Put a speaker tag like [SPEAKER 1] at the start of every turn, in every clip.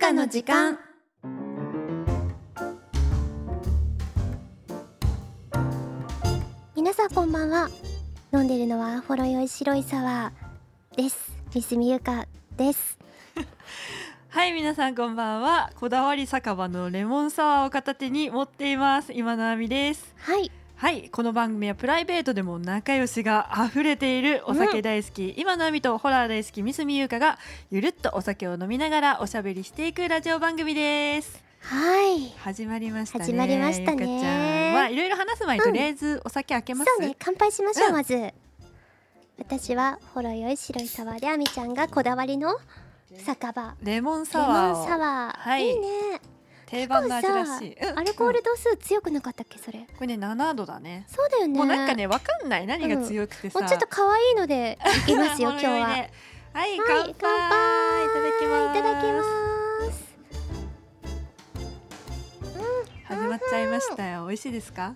[SPEAKER 1] たの時間
[SPEAKER 2] 皆さんこんばんは飲んでるのはアフォロ酔い白いサワーです三住優香です
[SPEAKER 1] はい皆さんこんばんはこだわり酒場のレモンサワーを片手に持っています今のあみです
[SPEAKER 2] はい
[SPEAKER 1] はいこの番組はプライベートでも仲良しが溢れているお酒大好き、今のあみとホラー大好き三住優香がゆるっとお酒を飲みながらおしゃべりしていくラジオ番組です
[SPEAKER 2] はい
[SPEAKER 1] 始まりましたね
[SPEAKER 2] 始まりましたね
[SPEAKER 1] ゆうかちゃんまあいろいろ話す前にとりあえずお酒開けます、
[SPEAKER 2] そうね乾杯しましょう、
[SPEAKER 1] うん
[SPEAKER 2] まず私はほろ酔い白いサワーであみちゃんがこだわりの酒場
[SPEAKER 1] レモン
[SPEAKER 2] レ
[SPEAKER 1] サ
[SPEAKER 2] モ
[SPEAKER 1] ワー
[SPEAKER 2] ン
[SPEAKER 1] を
[SPEAKER 2] サワー、
[SPEAKER 1] はい
[SPEAKER 2] いね
[SPEAKER 1] 定
[SPEAKER 2] で
[SPEAKER 1] 番
[SPEAKER 2] も
[SPEAKER 1] の
[SPEAKER 2] さ
[SPEAKER 1] 味らしい、うん
[SPEAKER 2] アルコール度数強くなかったっけそれ
[SPEAKER 1] これね7度だね
[SPEAKER 2] そうだよね
[SPEAKER 1] もうなんかねわかんない何が強くてさ、
[SPEAKER 2] もうちょっと可愛いのでいきます よ今
[SPEAKER 1] 物
[SPEAKER 2] 日
[SPEAKER 1] 酔い
[SPEAKER 2] は
[SPEAKER 1] で
[SPEAKER 2] はい
[SPEAKER 1] はい乾杯
[SPEAKER 2] 乾杯
[SPEAKER 1] いただきます
[SPEAKER 2] す
[SPEAKER 1] 始まっちゃいましたよ美味しいですか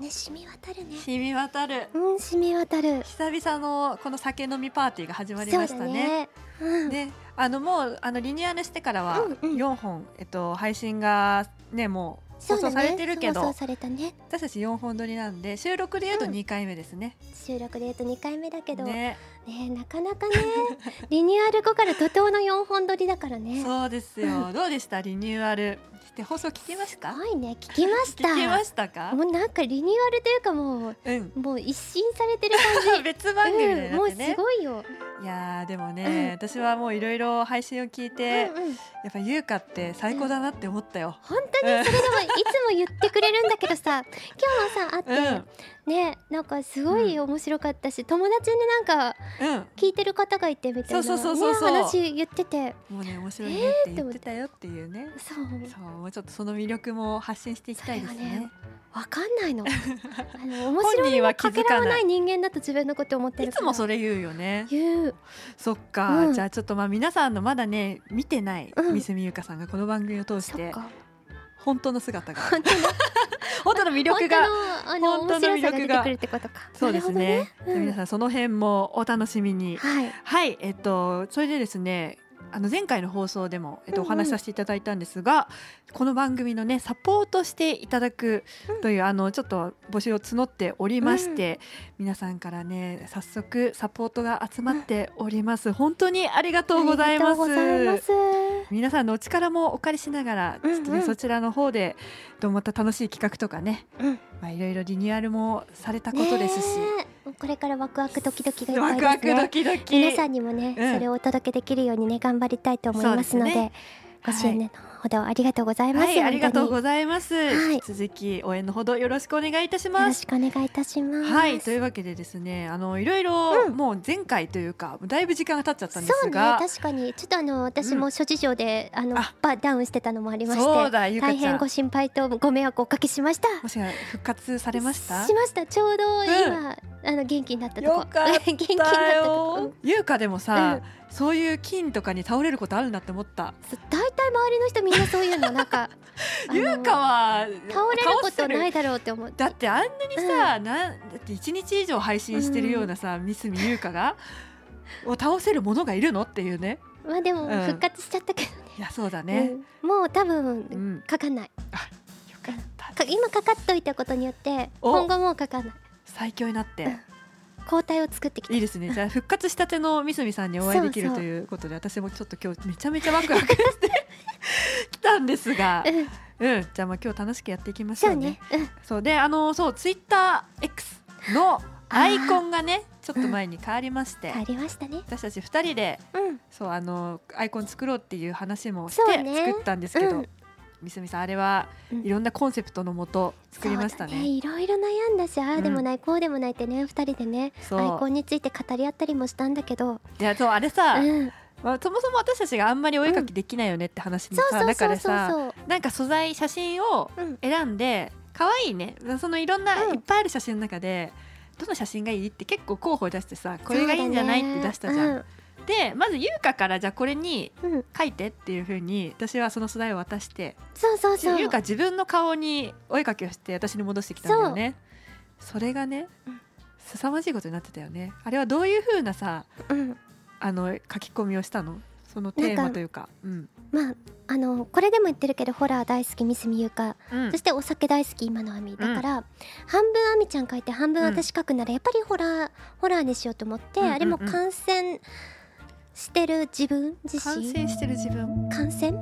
[SPEAKER 2] ね染み渡るね
[SPEAKER 1] 染み渡る
[SPEAKER 2] うん染み渡る
[SPEAKER 1] 久々のこの酒飲みパーティーが始まりました
[SPEAKER 2] そうだ
[SPEAKER 1] ね
[SPEAKER 2] ねうん
[SPEAKER 1] であのもうあのリニューアルしてからは
[SPEAKER 2] うんうん
[SPEAKER 1] 4本、えっと配信がねもう
[SPEAKER 2] そ
[SPEAKER 1] 放
[SPEAKER 2] うだ
[SPEAKER 1] 送
[SPEAKER 2] ね
[SPEAKER 1] されてるけど、
[SPEAKER 2] 放送されたね
[SPEAKER 1] 私たち4本撮りなんで収録で言うと
[SPEAKER 2] うん
[SPEAKER 1] 2回目ですね、
[SPEAKER 2] 収録で言うと2回目だけどね
[SPEAKER 1] ね
[SPEAKER 2] なかなかね リニューアル後から怒涛の4本撮りだからね
[SPEAKER 1] そうですよどうでしたリニューアルして放送聞きまし
[SPEAKER 2] す
[SPEAKER 1] た
[SPEAKER 2] ごいね聞きまし
[SPEAKER 1] 聞
[SPEAKER 2] た
[SPEAKER 1] きましたか
[SPEAKER 2] もうなんかリニューアルというかもう
[SPEAKER 1] うん
[SPEAKER 2] もう一新されてる 感じ
[SPEAKER 1] 別番組で
[SPEAKER 2] うん、も
[SPEAKER 1] なっ
[SPEAKER 2] う
[SPEAKER 1] て
[SPEAKER 2] す
[SPEAKER 1] ね、
[SPEAKER 2] ごいよ、
[SPEAKER 1] いやーでもね、
[SPEAKER 2] うん
[SPEAKER 1] 私はもういろいろ配信を聞いて、
[SPEAKER 2] うんうん
[SPEAKER 1] やっぱ優香って最高だなって思ったよ、
[SPEAKER 2] 本当にそれでもいつも言ってくれるんだけどさ今日はさ会って、
[SPEAKER 1] うん
[SPEAKER 2] ねなんかすごい面白かったし、友達になんか
[SPEAKER 1] うん、
[SPEAKER 2] 聞いてる方がいてみたいな
[SPEAKER 1] そうそうそうそうそう
[SPEAKER 2] ね、話言ってて
[SPEAKER 1] もうね面白いねって言ってたよっていうね、
[SPEAKER 2] そう
[SPEAKER 1] そうもうちょっとその魅力も発信していきたいですね
[SPEAKER 2] そうよねわかん ないのあの面白みのかけらもない人間だと自分のこと思って
[SPEAKER 1] い
[SPEAKER 2] る
[SPEAKER 1] つ
[SPEAKER 2] から
[SPEAKER 1] もそれ言うよね
[SPEAKER 2] 言う
[SPEAKER 1] そっか、
[SPEAKER 2] うん
[SPEAKER 1] じゃあちょっとまあ皆さんのまだね見てない
[SPEAKER 2] うん
[SPEAKER 1] 三住優香さんがこの番組を通し
[SPEAKER 2] そってか
[SPEAKER 1] 本当の姿が
[SPEAKER 2] 本当の
[SPEAKER 1] 本当の魅力が
[SPEAKER 2] 本当のあの
[SPEAKER 1] 本当の
[SPEAKER 2] 面白さが
[SPEAKER 1] 魅力
[SPEAKER 2] 出
[SPEAKER 1] が
[SPEAKER 2] てくるってことか
[SPEAKER 1] そうです
[SPEAKER 2] な
[SPEAKER 1] ね
[SPEAKER 2] るほどねうん
[SPEAKER 1] 皆さんその辺もお楽しみに
[SPEAKER 2] はい
[SPEAKER 1] はい、えっと、それでですね。あの前回の放送でも、えっと、
[SPEAKER 2] うん
[SPEAKER 1] お
[SPEAKER 2] うん
[SPEAKER 1] 話しさせていただいたんですが、この番組のねサポートしていただく
[SPEAKER 2] うん
[SPEAKER 1] という、あのちょっと募集を募っておりまして、皆さんからね早速サポートが集まっております、本当にありがとうございます
[SPEAKER 2] ありがとうございます
[SPEAKER 1] 皆さんのお力もお借りしながらちょっと、ね
[SPEAKER 2] うんうん
[SPEAKER 1] そちらの方でどうまた楽しい企画とかね、
[SPEAKER 2] うん
[SPEAKER 1] まあ、いろいろリニューアルもされたことですし、
[SPEAKER 2] ねえこれからワクワクドキドキがいっぱ
[SPEAKER 1] ワ
[SPEAKER 2] いです
[SPEAKER 1] ク
[SPEAKER 2] ね
[SPEAKER 1] ワクドキドキ
[SPEAKER 2] 皆さんにもね、
[SPEAKER 1] うん
[SPEAKER 2] それをお届けできるようにね頑張りたいと思いますので
[SPEAKER 1] そうですね
[SPEAKER 2] ご支援のほどありがとうございます、
[SPEAKER 1] はい、ありがとう
[SPEAKER 2] 本
[SPEAKER 1] ございます。
[SPEAKER 2] はい
[SPEAKER 1] 引き続き応援のほどよろしくお願いいた
[SPEAKER 2] 当に
[SPEAKER 1] し
[SPEAKER 2] よ
[SPEAKER 1] ま
[SPEAKER 2] ろ
[SPEAKER 1] す。
[SPEAKER 2] しくお願いいたします
[SPEAKER 1] はい、というわけでですね、あのいろいろ、
[SPEAKER 2] うん
[SPEAKER 1] もう前回というか、だいぶ時間が経っちゃったんで
[SPEAKER 2] そ
[SPEAKER 1] す
[SPEAKER 2] うね
[SPEAKER 1] が。
[SPEAKER 2] 確かにちょっとあの私
[SPEAKER 1] う
[SPEAKER 2] も諸事情で、あの
[SPEAKER 1] あ
[SPEAKER 2] バダウンしてたのもありまし
[SPEAKER 1] そう
[SPEAKER 2] て
[SPEAKER 1] だ、ゆか
[SPEAKER 2] 大
[SPEAKER 1] ちゃ
[SPEAKER 2] 変
[SPEAKER 1] ん。
[SPEAKER 2] ご
[SPEAKER 1] も
[SPEAKER 2] 心配とご迷惑をおかけしました
[SPEAKER 1] しや復活されました。
[SPEAKER 2] しましたちょうど今、あの元気になったとこ
[SPEAKER 1] よか っ
[SPEAKER 2] 元気になった
[SPEAKER 1] だ
[SPEAKER 2] とこ、うん
[SPEAKER 1] よ。ゆうかでもさ、そういう菌とかに倒れることあるんだって思った。
[SPEAKER 2] そう大体周りの人みんなそういうのなん か
[SPEAKER 1] ゆうか
[SPEAKER 2] あの
[SPEAKER 1] は
[SPEAKER 2] 倒れることな
[SPEAKER 1] 倒せ
[SPEAKER 2] いだろうって思って
[SPEAKER 1] だってあんなにさ、なんだって一日以上配信してるようなさ、ミスミゆうかが。を倒せるものがいるのっていうね。
[SPEAKER 2] まあでも
[SPEAKER 1] ん
[SPEAKER 2] 復活しちゃったけど
[SPEAKER 1] いや、そうだ
[SPEAKER 2] ね
[SPEAKER 1] ね。、
[SPEAKER 2] うんもう多分
[SPEAKER 1] うん。
[SPEAKER 2] かかんない
[SPEAKER 1] よかった
[SPEAKER 2] か今かかっといたことによって
[SPEAKER 1] お
[SPEAKER 2] 今後もうかかんない
[SPEAKER 1] 最強になって
[SPEAKER 2] 抗体を作ってきた
[SPEAKER 1] いいですねじゃあ復活したてのみすみさんにお会いできる
[SPEAKER 2] そう
[SPEAKER 1] と
[SPEAKER 2] そう
[SPEAKER 1] いうことで私もちょっと今日めちゃめちゃワクワクしてきたんですが
[SPEAKER 2] うん
[SPEAKER 1] うんじゃあまあ今日楽しくやっていきまし
[SPEAKER 2] そ
[SPEAKER 1] ょ
[SPEAKER 2] う
[SPEAKER 1] うね
[SPEAKER 2] ねうん
[SPEAKER 1] そうであのそうツイッター X のアイコンがねちょっと前に変わりまして、
[SPEAKER 2] 変わりましたね
[SPEAKER 1] 私たち二人で
[SPEAKER 2] うん
[SPEAKER 1] そうあのアイコン作ろうっていう話もし
[SPEAKER 2] そうね
[SPEAKER 1] て作ったんですけど、
[SPEAKER 2] うん
[SPEAKER 1] みすみさんあれは
[SPEAKER 2] うん
[SPEAKER 1] いろんなコンセプトのもと作りました
[SPEAKER 2] そうだ
[SPEAKER 1] ね。
[SPEAKER 2] いろいろ悩んだしああでもない、こうでもないってね二人でね
[SPEAKER 1] そう
[SPEAKER 2] アイコンについて語り合ったりもしたんだけど、
[SPEAKER 1] いやそうあれさ、
[SPEAKER 2] うん、
[SPEAKER 1] まあ、そもそも私たちがあんまりお絵描きできないよねって話も
[SPEAKER 2] そう
[SPEAKER 1] さ、
[SPEAKER 2] そう
[SPEAKER 1] だか
[SPEAKER 2] そう
[SPEAKER 1] ら
[SPEAKER 2] そう
[SPEAKER 1] さ
[SPEAKER 2] そう
[SPEAKER 1] なんか素材写真を
[SPEAKER 2] うん
[SPEAKER 1] 選んで可愛いねそのいろんな、
[SPEAKER 2] うん
[SPEAKER 1] いっぱいある写真の中でどの写真がいいって結構候補出してさこれがいいんじゃないって出したじゃん。、でまず優香からじゃあこれに
[SPEAKER 2] そうだねうんうん、
[SPEAKER 1] 書いてっていう風に私はその素材を渡して
[SPEAKER 2] そうそうそう
[SPEAKER 1] 優香自分の顔にお絵描きをして私に戻してきたんだよね。それがね
[SPEAKER 2] うん
[SPEAKER 1] 凄まじいことになってたよね。あれはどういう風なさ
[SPEAKER 2] うん
[SPEAKER 1] あの書き込みをしたのそのテーマというかうん
[SPEAKER 2] まああのこれでも言ってるけどホラー大好き三住優香
[SPEAKER 1] うん
[SPEAKER 2] そしてお酒大好き今の亜美だから、半分亜美ちゃん書いて半分私書くならやっぱりホラー、ホラーにしようと思って、
[SPEAKER 1] うんうんうん
[SPEAKER 2] あれも感染してる自分自
[SPEAKER 1] 感
[SPEAKER 2] 身
[SPEAKER 1] 染してる自分
[SPEAKER 2] 感 染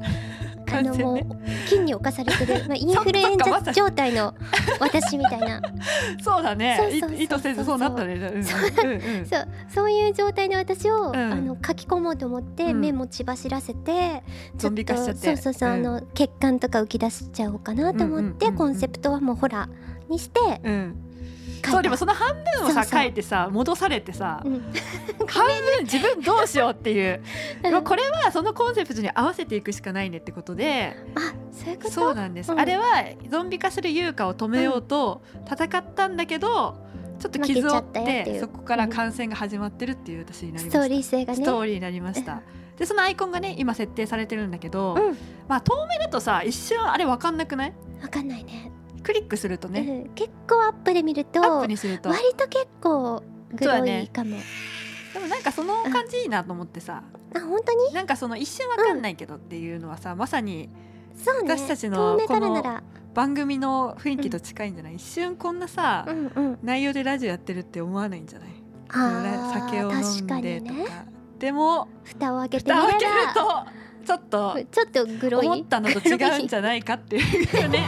[SPEAKER 2] あ
[SPEAKER 1] 感
[SPEAKER 2] の
[SPEAKER 1] 染
[SPEAKER 2] も
[SPEAKER 1] ね
[SPEAKER 2] う菌に侵されて る、まあ、インフルエン
[SPEAKER 1] そっかま
[SPEAKER 2] ザ
[SPEAKER 1] さ
[SPEAKER 2] 状態の私みたいな
[SPEAKER 1] そうだね
[SPEAKER 2] そうそうそうそう
[SPEAKER 1] い意図せずそうなったねうんうんうん
[SPEAKER 2] そうそういう状態の私を、
[SPEAKER 1] ん
[SPEAKER 2] あの書き込もうと思って、
[SPEAKER 1] うん
[SPEAKER 2] 目も血走らせて
[SPEAKER 1] ゾンビ化しちゃって
[SPEAKER 2] そうそうそう、
[SPEAKER 1] うん
[SPEAKER 2] あの血管とか浮き出しちゃおうかなと思って、
[SPEAKER 1] うんうんうんうん
[SPEAKER 2] コンセプトはもうホラーにして書い
[SPEAKER 1] うん
[SPEAKER 2] た
[SPEAKER 1] そうでもその半分をさ
[SPEAKER 2] そうそう
[SPEAKER 1] 書いてさ戻されてさ
[SPEAKER 2] うん
[SPEAKER 1] 半分自分どうしようっていうでもこれはそのコンセプトに合わせていくしかないねってことで
[SPEAKER 2] あそういうこと
[SPEAKER 1] そうなんです、
[SPEAKER 2] うん
[SPEAKER 1] あれはゾンビ化する優香を止めようと戦ったんだけど、ちょっと傷を負っ
[SPEAKER 2] 負けちゃったよってい
[SPEAKER 1] て
[SPEAKER 2] う
[SPEAKER 1] そこから感染が始まってるっていう私になり
[SPEAKER 2] スト
[SPEAKER 1] ました
[SPEAKER 2] ーリー性がね
[SPEAKER 1] ストーリーになり ましたでそのアイコンがね今設定されてるんだけど、
[SPEAKER 2] うん
[SPEAKER 1] まあ遠目だとさ一瞬あれ分かんなくない
[SPEAKER 2] わかんないね
[SPEAKER 1] クリックするとね、
[SPEAKER 2] うん、結構アップで見ると
[SPEAKER 1] アップにすると
[SPEAKER 2] 割と結構グロいかも、
[SPEAKER 1] でもなんかその感じいいなと思ってさ、
[SPEAKER 2] あ本当に
[SPEAKER 1] なんかその一瞬分かんないけどっていうのはさまさに
[SPEAKER 2] そうね
[SPEAKER 1] 私たちの
[SPEAKER 2] 透明からなら
[SPEAKER 1] 番組の雰囲気と近いんじゃない、一瞬こんなさ、
[SPEAKER 2] うんうん
[SPEAKER 1] 内容でラジオやってるって思わないんじゃない
[SPEAKER 2] あー
[SPEAKER 1] 酒を飲ん
[SPEAKER 2] 確か
[SPEAKER 1] で
[SPEAKER 2] に
[SPEAKER 1] とか
[SPEAKER 2] ね
[SPEAKER 1] でも
[SPEAKER 2] 蓋を開けてみ
[SPEAKER 1] 蓋を開ける
[SPEAKER 2] たら
[SPEAKER 1] とちょっと
[SPEAKER 2] ちょっとグロい
[SPEAKER 1] 思ったのと違うんじゃないかっていう ね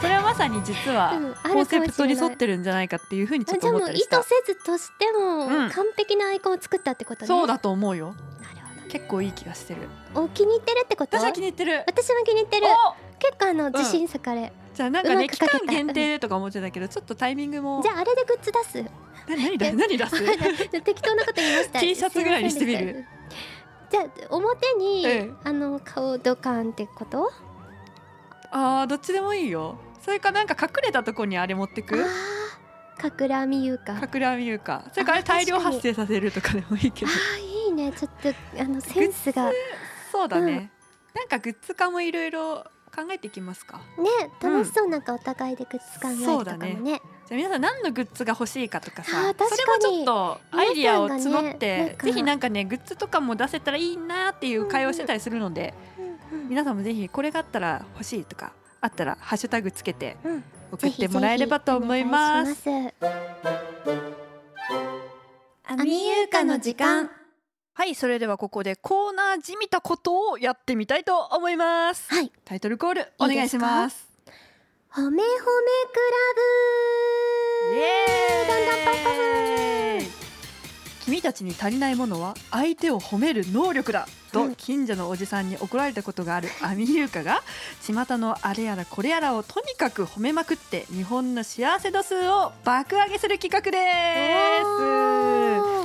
[SPEAKER 1] それはまさに実は
[SPEAKER 2] うんあるか
[SPEAKER 1] コ
[SPEAKER 2] もしれ
[SPEAKER 1] ンセ
[SPEAKER 2] ない
[SPEAKER 1] プトに沿ってるんじゃないかっていうふうにちょ
[SPEAKER 2] じ
[SPEAKER 1] っと
[SPEAKER 2] ゃあ
[SPEAKER 1] 思
[SPEAKER 2] も
[SPEAKER 1] っ
[SPEAKER 2] う
[SPEAKER 1] た
[SPEAKER 2] 意
[SPEAKER 1] り
[SPEAKER 2] 図
[SPEAKER 1] し
[SPEAKER 2] せ
[SPEAKER 1] た
[SPEAKER 2] ずとしても
[SPEAKER 1] う
[SPEAKER 2] 完
[SPEAKER 1] ん
[SPEAKER 2] 璧なアイコンを作ったってことね、
[SPEAKER 1] そうだと思うよ
[SPEAKER 2] なるほ
[SPEAKER 1] 結構いい気がしてる
[SPEAKER 2] どお気に入ってるってこと
[SPEAKER 1] 私は気に入ってる
[SPEAKER 2] 私も気に入ってる
[SPEAKER 1] お
[SPEAKER 2] 結構あの自信作あれ、
[SPEAKER 1] じゃあなんか
[SPEAKER 2] う
[SPEAKER 1] ね
[SPEAKER 2] まく
[SPEAKER 1] 期
[SPEAKER 2] 書けた
[SPEAKER 1] 間限定とか思ってたけどちょっとタイミングも
[SPEAKER 2] じゃああれでグッズ出す
[SPEAKER 1] な何だ 何出す
[SPEAKER 2] 適当なこと言いました
[SPEAKER 1] T シャツぐらいにしてみる
[SPEAKER 2] すいませんでしたじゃあ表に、
[SPEAKER 1] うん
[SPEAKER 2] あの顔ドカンってこと
[SPEAKER 1] あーどっちでもいいよそれかなんか隠れたとこにあれ持って
[SPEAKER 2] あ
[SPEAKER 1] く
[SPEAKER 2] ーかくらみゆうかあ
[SPEAKER 1] 隠れ網いうかそれから
[SPEAKER 2] あ確か
[SPEAKER 1] 大
[SPEAKER 2] に
[SPEAKER 1] 量発生させるとかでもいいけど
[SPEAKER 2] ーいいねちょっとあのセンスがね
[SPEAKER 1] そうだね、なんかグッズ化もいろいろ考えていきますかうん
[SPEAKER 2] 楽しそうなんかお互いでグッズ考えるとかもね
[SPEAKER 1] そうだじゃあ皆さん何のグッズが欲しいかとか
[SPEAKER 2] あ
[SPEAKER 1] さ
[SPEAKER 2] ー確かに
[SPEAKER 1] それもちょっとアイディアを
[SPEAKER 2] 皆さんがね
[SPEAKER 1] 募って、
[SPEAKER 2] なんか
[SPEAKER 1] ぜひなんかねグッズとかも出せたらいいなっていう会話してたりするので、
[SPEAKER 2] うん
[SPEAKER 1] 皆さんもぜひこれがあったら欲しいとかあったらハッシュタグつけて
[SPEAKER 2] うん
[SPEAKER 1] 送ってもらえればと思います。
[SPEAKER 2] ぜひぜひお願いし
[SPEAKER 1] ア
[SPEAKER 2] ミユーカの時間
[SPEAKER 1] はいそれではここでコーナーじみたことをやってみたいと思います
[SPEAKER 2] はい
[SPEAKER 1] タイトルコールお願いします
[SPEAKER 2] ます褒め褒めクラブ
[SPEAKER 1] イ
[SPEAKER 2] エーイ
[SPEAKER 1] エーイ君たちに足りないものは相手を褒める能力だ
[SPEAKER 2] う
[SPEAKER 1] と
[SPEAKER 2] ん
[SPEAKER 1] 近所のおじさんに怒られたことがある アミユーカが巷のあれやらこれやらをとにかく褒めまくって日本の幸せ度数を爆上げする企画で
[SPEAKER 2] お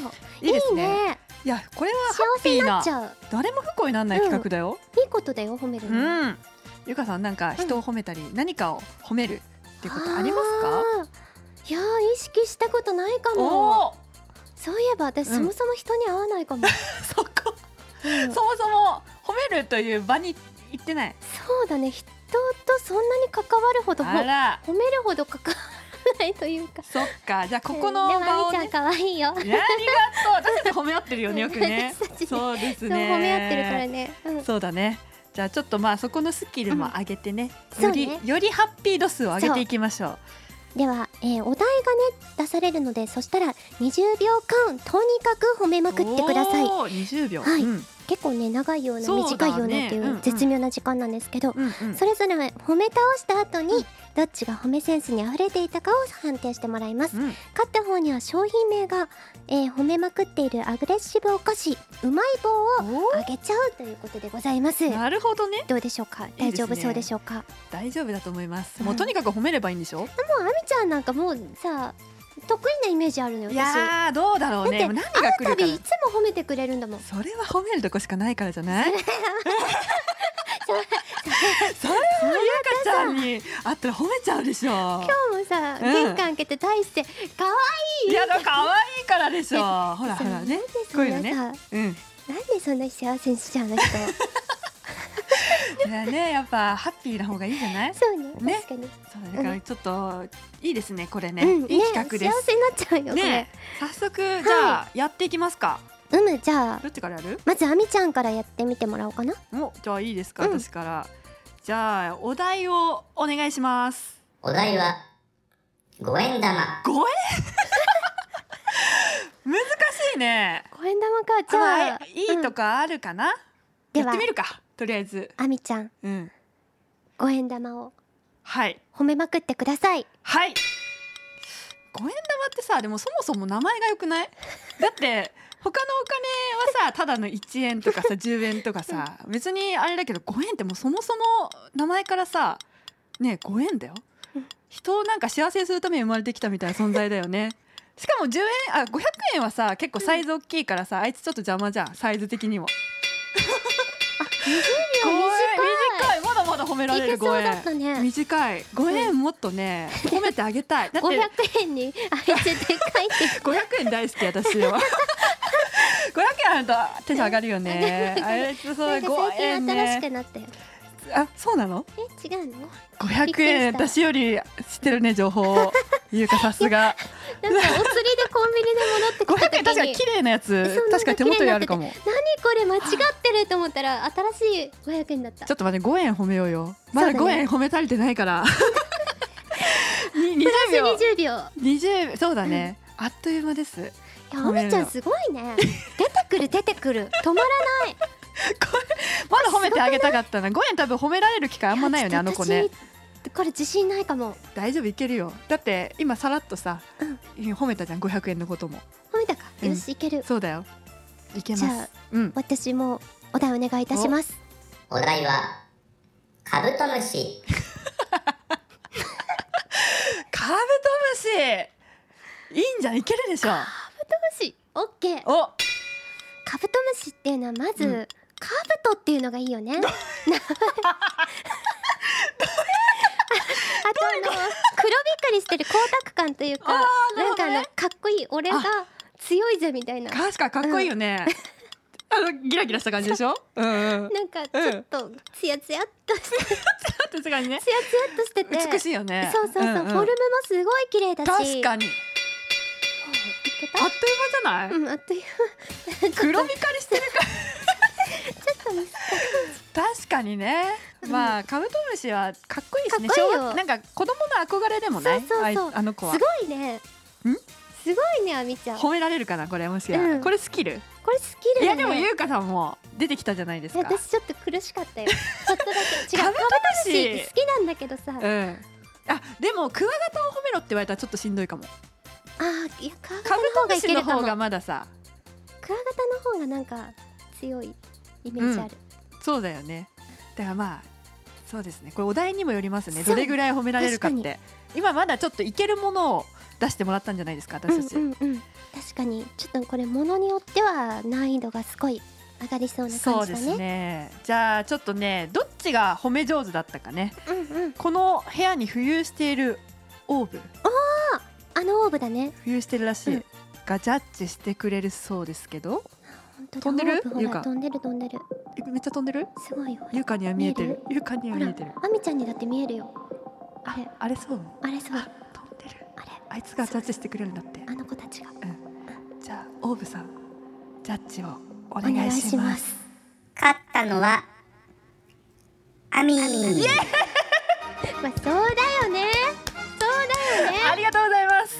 [SPEAKER 2] ー
[SPEAKER 1] すいいですね
[SPEAKER 2] いいね
[SPEAKER 1] いやこれはハ
[SPEAKER 2] 幸
[SPEAKER 1] ッ
[SPEAKER 2] せ
[SPEAKER 1] ピ
[SPEAKER 2] に
[SPEAKER 1] ー
[SPEAKER 2] な
[SPEAKER 1] な
[SPEAKER 2] っちゃう
[SPEAKER 1] 誰も不幸にならない企画だよ、
[SPEAKER 2] いいことだよ褒める
[SPEAKER 1] う
[SPEAKER 2] の
[SPEAKER 1] んゆかさんなんか人を褒めたり何かを褒めるっていうことありますか、
[SPEAKER 2] あーいやー意識したことないかも
[SPEAKER 1] おお
[SPEAKER 2] そういえば私
[SPEAKER 1] うん
[SPEAKER 2] そもそも人に会わないかも、
[SPEAKER 1] そこ
[SPEAKER 2] うん
[SPEAKER 1] そもそも褒めるという場に行ってない。
[SPEAKER 2] そうだね人とそんなに関わるほどほ
[SPEAKER 1] あ
[SPEAKER 2] 褒
[SPEAKER 1] ら、
[SPEAKER 2] めるほど関わらないというか
[SPEAKER 1] そっ か。じゃあここの
[SPEAKER 2] うんでも
[SPEAKER 1] 場
[SPEAKER 2] あみ
[SPEAKER 1] を
[SPEAKER 2] ちゃん
[SPEAKER 1] ね。
[SPEAKER 2] 可愛いよ。
[SPEAKER 1] いやありがとう。私たち褒め合ってるよねよくね
[SPEAKER 2] 私たちね
[SPEAKER 1] そうです
[SPEAKER 2] そう
[SPEAKER 1] ね。
[SPEAKER 2] 褒め合ってるからね、うん、
[SPEAKER 1] そうだね。じゃあちょっとまあそこのスキルも上げてね。
[SPEAKER 2] うん
[SPEAKER 1] より、
[SPEAKER 2] そうね
[SPEAKER 1] よりハッピー度数を上げていきましょう。
[SPEAKER 2] では、えーお題がね出されるのでそしたら20秒間とにかく褒めまくってください
[SPEAKER 1] おー。二十秒。
[SPEAKER 2] はい
[SPEAKER 1] うん
[SPEAKER 2] 結構ね長いような
[SPEAKER 1] そう
[SPEAKER 2] 短い
[SPEAKER 1] だね
[SPEAKER 2] ようなってい
[SPEAKER 1] うんう
[SPEAKER 2] うん絶妙な時間なんですけど、
[SPEAKER 1] うんうん。
[SPEAKER 2] それぞれ褒め倒した後に、どっちが褒めセンスに溢れていたかを判定してもらいます、
[SPEAKER 1] うん
[SPEAKER 2] 勝った方には商品名が、えー褒めまくっているアグレッシブお菓子うまい棒を
[SPEAKER 1] お
[SPEAKER 2] あげちゃうということでございます
[SPEAKER 1] ーなるほどね。
[SPEAKER 2] どうでしょうか
[SPEAKER 1] すね
[SPEAKER 2] 大丈夫そうでしょうか
[SPEAKER 1] 大丈夫だと思います。
[SPEAKER 2] うん
[SPEAKER 1] もうとにかく褒めればいいんでしょ。
[SPEAKER 2] もうあみちゃんなんかもうさ得意なイメージあるのよ
[SPEAKER 1] い
[SPEAKER 2] 私
[SPEAKER 1] やーどうだろう
[SPEAKER 2] だっ
[SPEAKER 1] ね。で
[SPEAKER 2] て
[SPEAKER 1] も何が来
[SPEAKER 2] た
[SPEAKER 1] るか
[SPEAKER 2] びい
[SPEAKER 1] な。
[SPEAKER 2] つも褒めてくれるんだもん
[SPEAKER 1] それは褒めるとこしかないからじゃない。
[SPEAKER 2] それ
[SPEAKER 1] それはゆかちゃんにあったら褒めちゃうでしょ
[SPEAKER 2] 今日もさ、
[SPEAKER 1] うん
[SPEAKER 2] 玄関開けて大して可愛い
[SPEAKER 1] いやだ可愛いからでしょほらほらねこういうのね
[SPEAKER 2] なんで
[SPEAKER 1] うん
[SPEAKER 2] そんなさなんでそんな幸せにしちゃうの人
[SPEAKER 1] それはねやっぱハッピーな方がいいんじゃない
[SPEAKER 2] そうね
[SPEAKER 1] ね
[SPEAKER 2] 確かに
[SPEAKER 1] そうだからちょっといいですねこれね、
[SPEAKER 2] うん
[SPEAKER 1] いい企画で
[SPEAKER 2] ね、幸
[SPEAKER 1] す
[SPEAKER 2] せになっちゃうよ、
[SPEAKER 1] ね早速じゃあやっていきますか、
[SPEAKER 2] うむじゃあ
[SPEAKER 1] どっちからやる
[SPEAKER 2] まずあみちゃんからやってみてもらおうかな
[SPEAKER 1] おじゃあいいですか、
[SPEAKER 2] うん
[SPEAKER 1] 私からじゃあお題をお願いします
[SPEAKER 3] お題は、五円玉。
[SPEAKER 1] ごえ 難しいね
[SPEAKER 2] 五円玉かじ
[SPEAKER 1] ま
[SPEAKER 2] ゃ
[SPEAKER 1] あ
[SPEAKER 2] あ
[SPEAKER 1] いいとかあるかな、
[SPEAKER 2] で
[SPEAKER 1] やっ
[SPEAKER 2] は
[SPEAKER 1] てみるかとりあえず
[SPEAKER 2] あみちゃん
[SPEAKER 1] うん
[SPEAKER 2] 五円玉を
[SPEAKER 1] はい
[SPEAKER 2] 褒めまくってください
[SPEAKER 1] はい五円玉ってさでもそもそも名前が良くないだって他のお金はさただの1円とか さ10円とかさ別にあれだけど5円ってもうそもそも名前からさねえ5円だよ
[SPEAKER 2] うん
[SPEAKER 1] 人をなんか幸せにするために生まれてきたみたいな存在だよねしかも10円あ500円はさ結構サイズ大きいからさあいつちょっと邪魔じゃんサイズ的にも
[SPEAKER 2] 秒
[SPEAKER 1] 五円
[SPEAKER 2] 短
[SPEAKER 1] 短いまだまだ褒めら
[SPEAKER 2] い
[SPEAKER 1] れ
[SPEAKER 2] け
[SPEAKER 1] る
[SPEAKER 2] そ
[SPEAKER 1] 5
[SPEAKER 2] うだった
[SPEAKER 1] 円
[SPEAKER 2] ね
[SPEAKER 1] 短い5円もっと ね褒めてあげたいだっ
[SPEAKER 2] 五
[SPEAKER 1] て
[SPEAKER 2] 百円にあいつでかいって
[SPEAKER 1] 500円大好き私 は500円あるとテンション上がるよねあれそう
[SPEAKER 2] なんか
[SPEAKER 1] 5
[SPEAKER 2] 最
[SPEAKER 1] 円
[SPEAKER 2] 近新しく
[SPEAKER 1] ね
[SPEAKER 2] なったよ
[SPEAKER 1] あそうなの
[SPEAKER 2] え違うのびっく
[SPEAKER 1] 500
[SPEAKER 2] り
[SPEAKER 1] 円
[SPEAKER 2] した
[SPEAKER 1] 私より知ってるね情 報ゆうかさすが
[SPEAKER 2] なんかお釣りでコンビニで戻ってきた時
[SPEAKER 1] 500円確か
[SPEAKER 2] に
[SPEAKER 1] に綺麗なや
[SPEAKER 2] そう
[SPEAKER 1] つ確かに手元にあるかも
[SPEAKER 2] 何これ間違ってると思ったら新しい500円だった
[SPEAKER 1] ちょっと待って5円褒めようよまだ
[SPEAKER 2] そう
[SPEAKER 1] 5
[SPEAKER 2] だね
[SPEAKER 1] 円褒め足りてないから に20秒
[SPEAKER 2] 20秒いや
[SPEAKER 1] 20そうだねあっという間です
[SPEAKER 2] あみちゃんすごいね出てくる出てく る止まらない
[SPEAKER 1] まだ褒めてあげたかったな5円多分褒められる機会あんまないよね
[SPEAKER 2] や
[SPEAKER 1] あの子ね
[SPEAKER 2] ちょっと私これ自信ないかも
[SPEAKER 1] 大丈夫いけるよだって今さらっとさ、褒めたじゃん500円のことも
[SPEAKER 2] 褒めたか
[SPEAKER 1] うん
[SPEAKER 2] よしいける
[SPEAKER 1] そうだよいけま
[SPEAKER 2] じゃあ
[SPEAKER 1] すうん
[SPEAKER 2] 私もお題お願いいたします
[SPEAKER 3] お題は、カブトムシ。
[SPEAKER 1] カブトムシいいんじゃんいけるでしょ
[SPEAKER 2] カブトムシオッケー
[SPEAKER 1] お
[SPEAKER 2] カブトムシっていうのはまず、
[SPEAKER 1] うん
[SPEAKER 2] カブトっていうのがいいよねなあと あの黒びっくりしてる光沢感というか
[SPEAKER 1] あーな
[SPEAKER 2] な
[SPEAKER 1] るほ
[SPEAKER 2] んか
[SPEAKER 1] ど
[SPEAKER 2] あ
[SPEAKER 1] ね
[SPEAKER 2] のかっこいい俺が強いぜみたいな
[SPEAKER 1] 確かかっこいいよね、あのギラギラした感じでしょ うんうん
[SPEAKER 2] なんかちょっとツヤツヤっとしてツヤ
[SPEAKER 1] 確かにね
[SPEAKER 2] ツヤっとしてて
[SPEAKER 1] 美しいよね
[SPEAKER 2] そうそうそう、
[SPEAKER 1] んん
[SPEAKER 2] フォルムもすごい綺麗だし
[SPEAKER 1] 確かに
[SPEAKER 2] いけ
[SPEAKER 1] あ
[SPEAKER 2] た
[SPEAKER 1] っという間じゃない、
[SPEAKER 2] うんあっという
[SPEAKER 1] 黒光りしてるか
[SPEAKER 2] ちょっとミス
[SPEAKER 1] 確かにねまあカブトムシはかっこいいですね
[SPEAKER 2] かっこいいよ
[SPEAKER 1] 小学なんか子供の憧れでもない
[SPEAKER 2] そうそうそう
[SPEAKER 1] あいあの子 は
[SPEAKER 2] すごいね
[SPEAKER 1] ん
[SPEAKER 2] すごいねあみちゃんこ
[SPEAKER 1] 褒められるかなこれもしや、
[SPEAKER 2] うん
[SPEAKER 1] これスキル
[SPEAKER 2] れスキ
[SPEAKER 1] い
[SPEAKER 2] ルだ
[SPEAKER 1] や
[SPEAKER 2] ね
[SPEAKER 1] でも優香さんも出てきたじゃないですか
[SPEAKER 2] 私ちょっと苦しか ったよちょっとだけ違う
[SPEAKER 1] カ
[SPEAKER 2] カブト
[SPEAKER 1] ブトムシ
[SPEAKER 2] ムシって好きなんだけどさ
[SPEAKER 1] うんあでもクワガタを褒めろって言われたらちょっとしんどいかも
[SPEAKER 2] あーいやクワガ
[SPEAKER 1] カ
[SPEAKER 2] タ
[SPEAKER 1] ブ
[SPEAKER 2] の
[SPEAKER 1] ト
[SPEAKER 2] 方が
[SPEAKER 1] ム
[SPEAKER 2] い
[SPEAKER 1] シ
[SPEAKER 2] け
[SPEAKER 1] の
[SPEAKER 2] るか
[SPEAKER 1] 方
[SPEAKER 2] もク
[SPEAKER 1] が
[SPEAKER 2] ワガ
[SPEAKER 1] まださ
[SPEAKER 2] タの方がなんか強いイメージある、
[SPEAKER 1] そうだよねだからまあそうですねこれお題にもよりますね
[SPEAKER 2] そ
[SPEAKER 1] ど
[SPEAKER 2] う
[SPEAKER 1] れぐらい褒められるかっ
[SPEAKER 2] 確
[SPEAKER 1] て今まだちょっといけるものを出してもらったんじゃないですか私たち、
[SPEAKER 2] うんうんうん確かにちょっとこれものによっては難易度がすごい上がりそうな
[SPEAKER 1] そ
[SPEAKER 2] 感
[SPEAKER 1] う
[SPEAKER 2] じ
[SPEAKER 1] で
[SPEAKER 2] だ
[SPEAKER 1] す
[SPEAKER 2] ね
[SPEAKER 1] ねじゃあちょっとねどっちが褒め上手だったかね
[SPEAKER 2] うんうん
[SPEAKER 1] この部屋に浮遊しているオーブ
[SPEAKER 2] あのオーブだね
[SPEAKER 1] 浮遊してるらしい、
[SPEAKER 2] うん
[SPEAKER 1] がジャッジしてくれるそうですけど
[SPEAKER 2] 本当だ
[SPEAKER 1] 飛んでる
[SPEAKER 2] オーブほ
[SPEAKER 1] ゆう
[SPEAKER 2] ら
[SPEAKER 1] か
[SPEAKER 2] 飛んでる飛んでる
[SPEAKER 1] えめっちゃ飛んでる
[SPEAKER 2] すごいよほら
[SPEAKER 1] ゆかには見えてるゆかには
[SPEAKER 2] ほ
[SPEAKER 1] 見
[SPEAKER 2] ら
[SPEAKER 1] えてる
[SPEAKER 2] あみちゃんにだって見えるよあれ
[SPEAKER 1] あれそう
[SPEAKER 2] あれそう
[SPEAKER 1] あ
[SPEAKER 2] あ
[SPEAKER 1] 飛んでる
[SPEAKER 2] れ
[SPEAKER 1] あいつがジャッジしてくれるんだって
[SPEAKER 2] あの子たちが
[SPEAKER 1] じゃあオーブさんジャッジをお
[SPEAKER 2] お
[SPEAKER 1] 願
[SPEAKER 2] 願
[SPEAKER 1] い
[SPEAKER 2] い
[SPEAKER 1] し
[SPEAKER 2] し
[SPEAKER 1] ま
[SPEAKER 2] ますす
[SPEAKER 3] 勝ったのは、アミ
[SPEAKER 2] まあそうだよねそうだよね
[SPEAKER 1] ありがとうございます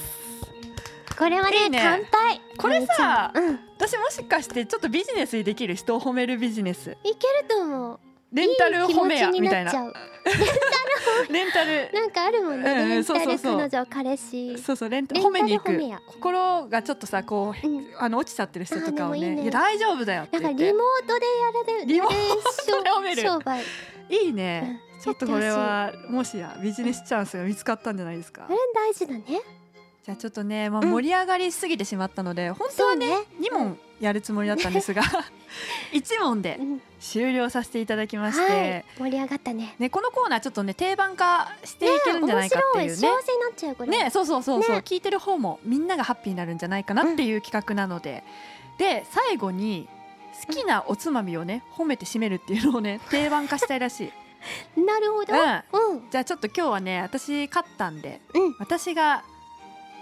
[SPEAKER 2] これはね
[SPEAKER 1] いいね
[SPEAKER 2] 乾杯
[SPEAKER 1] これさ
[SPEAKER 2] まみちゃんうん
[SPEAKER 1] 私もしかしてちょっとビジネスにできる人を褒めるビジネス
[SPEAKER 2] いけると思う
[SPEAKER 1] レンタル褒めや
[SPEAKER 2] いい気持ち
[SPEAKER 1] み
[SPEAKER 2] に
[SPEAKER 1] たい
[SPEAKER 2] なっち
[SPEAKER 1] な
[SPEAKER 2] ゃう
[SPEAKER 1] レンタル
[SPEAKER 2] なんかあるもんね、
[SPEAKER 1] うんうん
[SPEAKER 2] レンタル
[SPEAKER 1] そうそうそう
[SPEAKER 2] 彼女彼氏
[SPEAKER 1] そうそうレンタ
[SPEAKER 2] レン
[SPEAKER 1] 褒
[SPEAKER 2] タル
[SPEAKER 1] めに行
[SPEAKER 2] 褒めや
[SPEAKER 1] く心がちょっとさこう、
[SPEAKER 2] うん
[SPEAKER 1] あの落ちちゃってる人とか
[SPEAKER 2] あーで
[SPEAKER 1] をね
[SPEAKER 2] もいいね
[SPEAKER 1] いや大丈夫だよって
[SPEAKER 2] なんか
[SPEAKER 1] 言っ
[SPEAKER 2] リモー
[SPEAKER 1] て
[SPEAKER 2] トでやられる
[SPEAKER 1] リモー
[SPEAKER 2] や
[SPEAKER 1] トで褒め
[SPEAKER 2] れ
[SPEAKER 1] る
[SPEAKER 2] る商商売
[SPEAKER 1] いいね、
[SPEAKER 2] うん
[SPEAKER 1] ちょっとこれはもしやビジネスチャンスが見つかったんじゃないですか
[SPEAKER 2] あれ大事だね
[SPEAKER 1] じゃあちょっとね、まあ、
[SPEAKER 2] うん
[SPEAKER 1] 盛り上がりすぎてしまったので、本当
[SPEAKER 2] そ
[SPEAKER 1] は
[SPEAKER 2] うね
[SPEAKER 1] ね2問やるつもりだったんですが 1問で
[SPEAKER 2] うん
[SPEAKER 1] 終了させていただきまして、
[SPEAKER 2] はい盛り上がったね
[SPEAKER 1] ね、このコーナーちょっとね定番化していけるんじゃないかってい
[SPEAKER 2] 面
[SPEAKER 1] う
[SPEAKER 2] 白い。
[SPEAKER 1] ね
[SPEAKER 2] 幸せになっちゃうこれ、
[SPEAKER 1] ね、そうそうそうそう、
[SPEAKER 2] ね
[SPEAKER 1] 聞いてる方もみんながハッピーになるんじゃないかなっていう企画なので、で最後に好きなおつまみをね褒めて締めるっていうの をね定番化したいらしい、うん、
[SPEAKER 2] なるほど
[SPEAKER 1] じゃ
[SPEAKER 2] うん
[SPEAKER 1] あちょっと今日はね私勝ったんで
[SPEAKER 2] うん
[SPEAKER 1] 私が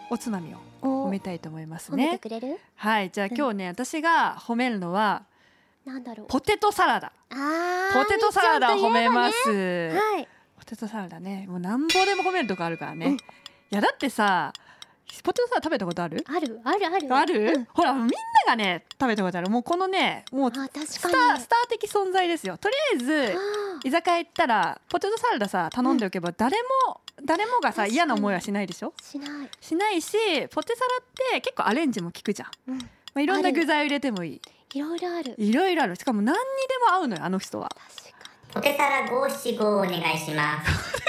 [SPEAKER 1] おつまみを
[SPEAKER 2] お
[SPEAKER 1] 褒めたいと思います
[SPEAKER 2] 褒めて
[SPEAKER 1] ね
[SPEAKER 2] くれる、
[SPEAKER 1] はいじゃあ今日ね私が褒めるのは
[SPEAKER 2] なんだろう
[SPEAKER 1] ポテトサラダ
[SPEAKER 2] あー
[SPEAKER 1] ポテトサラダを褒めま
[SPEAKER 2] み
[SPEAKER 1] す、
[SPEAKER 2] ーちゃんといえばねはい
[SPEAKER 1] ポテトサラダねもうなんぼでも褒めるとこあるからね、
[SPEAKER 2] うん
[SPEAKER 1] いやだってさポテトサラダ食べたことある
[SPEAKER 2] あるあるある
[SPEAKER 1] ある、
[SPEAKER 2] うん
[SPEAKER 1] ほらみんながね食べたことあるもうこのねもう
[SPEAKER 2] あ確かに
[SPEAKER 1] スタースター的存在ですよとりあえず
[SPEAKER 2] あー
[SPEAKER 1] 居酒屋行ったらポテトサラダさ頼んでおけば誰も、誰もが
[SPEAKER 2] 確
[SPEAKER 1] さ
[SPEAKER 2] かに
[SPEAKER 1] 嫌な思いはしないでしょ
[SPEAKER 2] しない、
[SPEAKER 1] しないしポテサラって結構アレンジも効くじゃん、
[SPEAKER 2] うん、
[SPEAKER 1] まあ、いろん
[SPEAKER 2] あ
[SPEAKER 1] な
[SPEAKER 2] る
[SPEAKER 1] 具材を入れてもいい
[SPEAKER 2] いろいろある
[SPEAKER 1] いろいろあるしかも何にでも合うのよあの人は
[SPEAKER 2] 確か
[SPEAKER 3] ポテサラ五七五お願いします。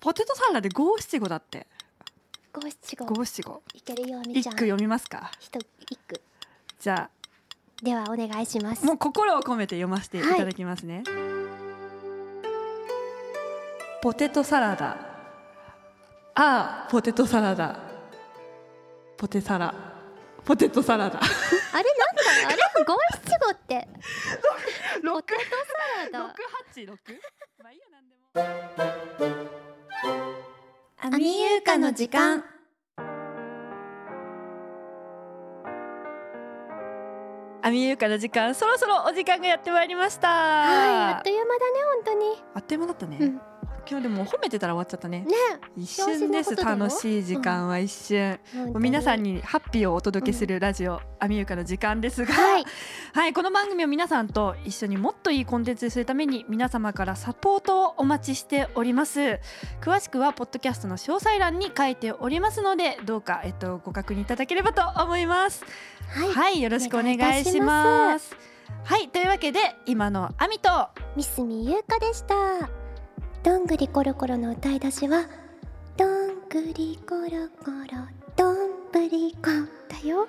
[SPEAKER 1] ポテトサラダで五七五だって
[SPEAKER 2] に五七五
[SPEAKER 1] 五七五
[SPEAKER 2] いけるよみ
[SPEAKER 1] 一
[SPEAKER 2] ちゃん
[SPEAKER 1] 句読みますか
[SPEAKER 2] 一一句
[SPEAKER 1] じゃ
[SPEAKER 2] ではお願いします
[SPEAKER 1] あもう心を込めて読ませていただきますね、ポテトサラダああポテトサラダポテサラポテトサ ラダ
[SPEAKER 2] あれなんだあれ五七五ってポテトサラダ
[SPEAKER 1] 六まあいいやなんでも
[SPEAKER 2] アミユーカの時間
[SPEAKER 1] アミユーカの時間そろそろお時間がやってまいりました
[SPEAKER 2] はいあ
[SPEAKER 1] あ
[SPEAKER 2] っという間だね本当に
[SPEAKER 1] っという間だったね、
[SPEAKER 2] うん
[SPEAKER 1] 今日でも褒めてたら終わっちゃったね
[SPEAKER 2] ね
[SPEAKER 1] 一瞬で
[SPEAKER 2] 幸せなこと
[SPEAKER 1] す
[SPEAKER 2] だよ
[SPEAKER 1] 楽しい時間は一瞬、
[SPEAKER 2] 本
[SPEAKER 1] も
[SPEAKER 2] 当
[SPEAKER 1] う皆さんにハッピーをお届けするラジオ、アミユーカの時間ですが、
[SPEAKER 2] はい
[SPEAKER 1] はい、この番組を皆さんと一緒にもっといいコンテンツにするために皆様からサポートをお待ちしております詳しくはポッドキャストの詳細欄に書いておりますのでどうか、えっと、ご確認いただければと思います
[SPEAKER 2] はい、
[SPEAKER 1] はい、よろしくお願い
[SPEAKER 2] お
[SPEAKER 1] し
[SPEAKER 2] 願
[SPEAKER 1] ま
[SPEAKER 2] いいたします
[SPEAKER 1] はい、というわけで今のアミと
[SPEAKER 2] ミスミユーカでしたどんぐりころころの歌い出しはどんぐりころころどんぶりこだよ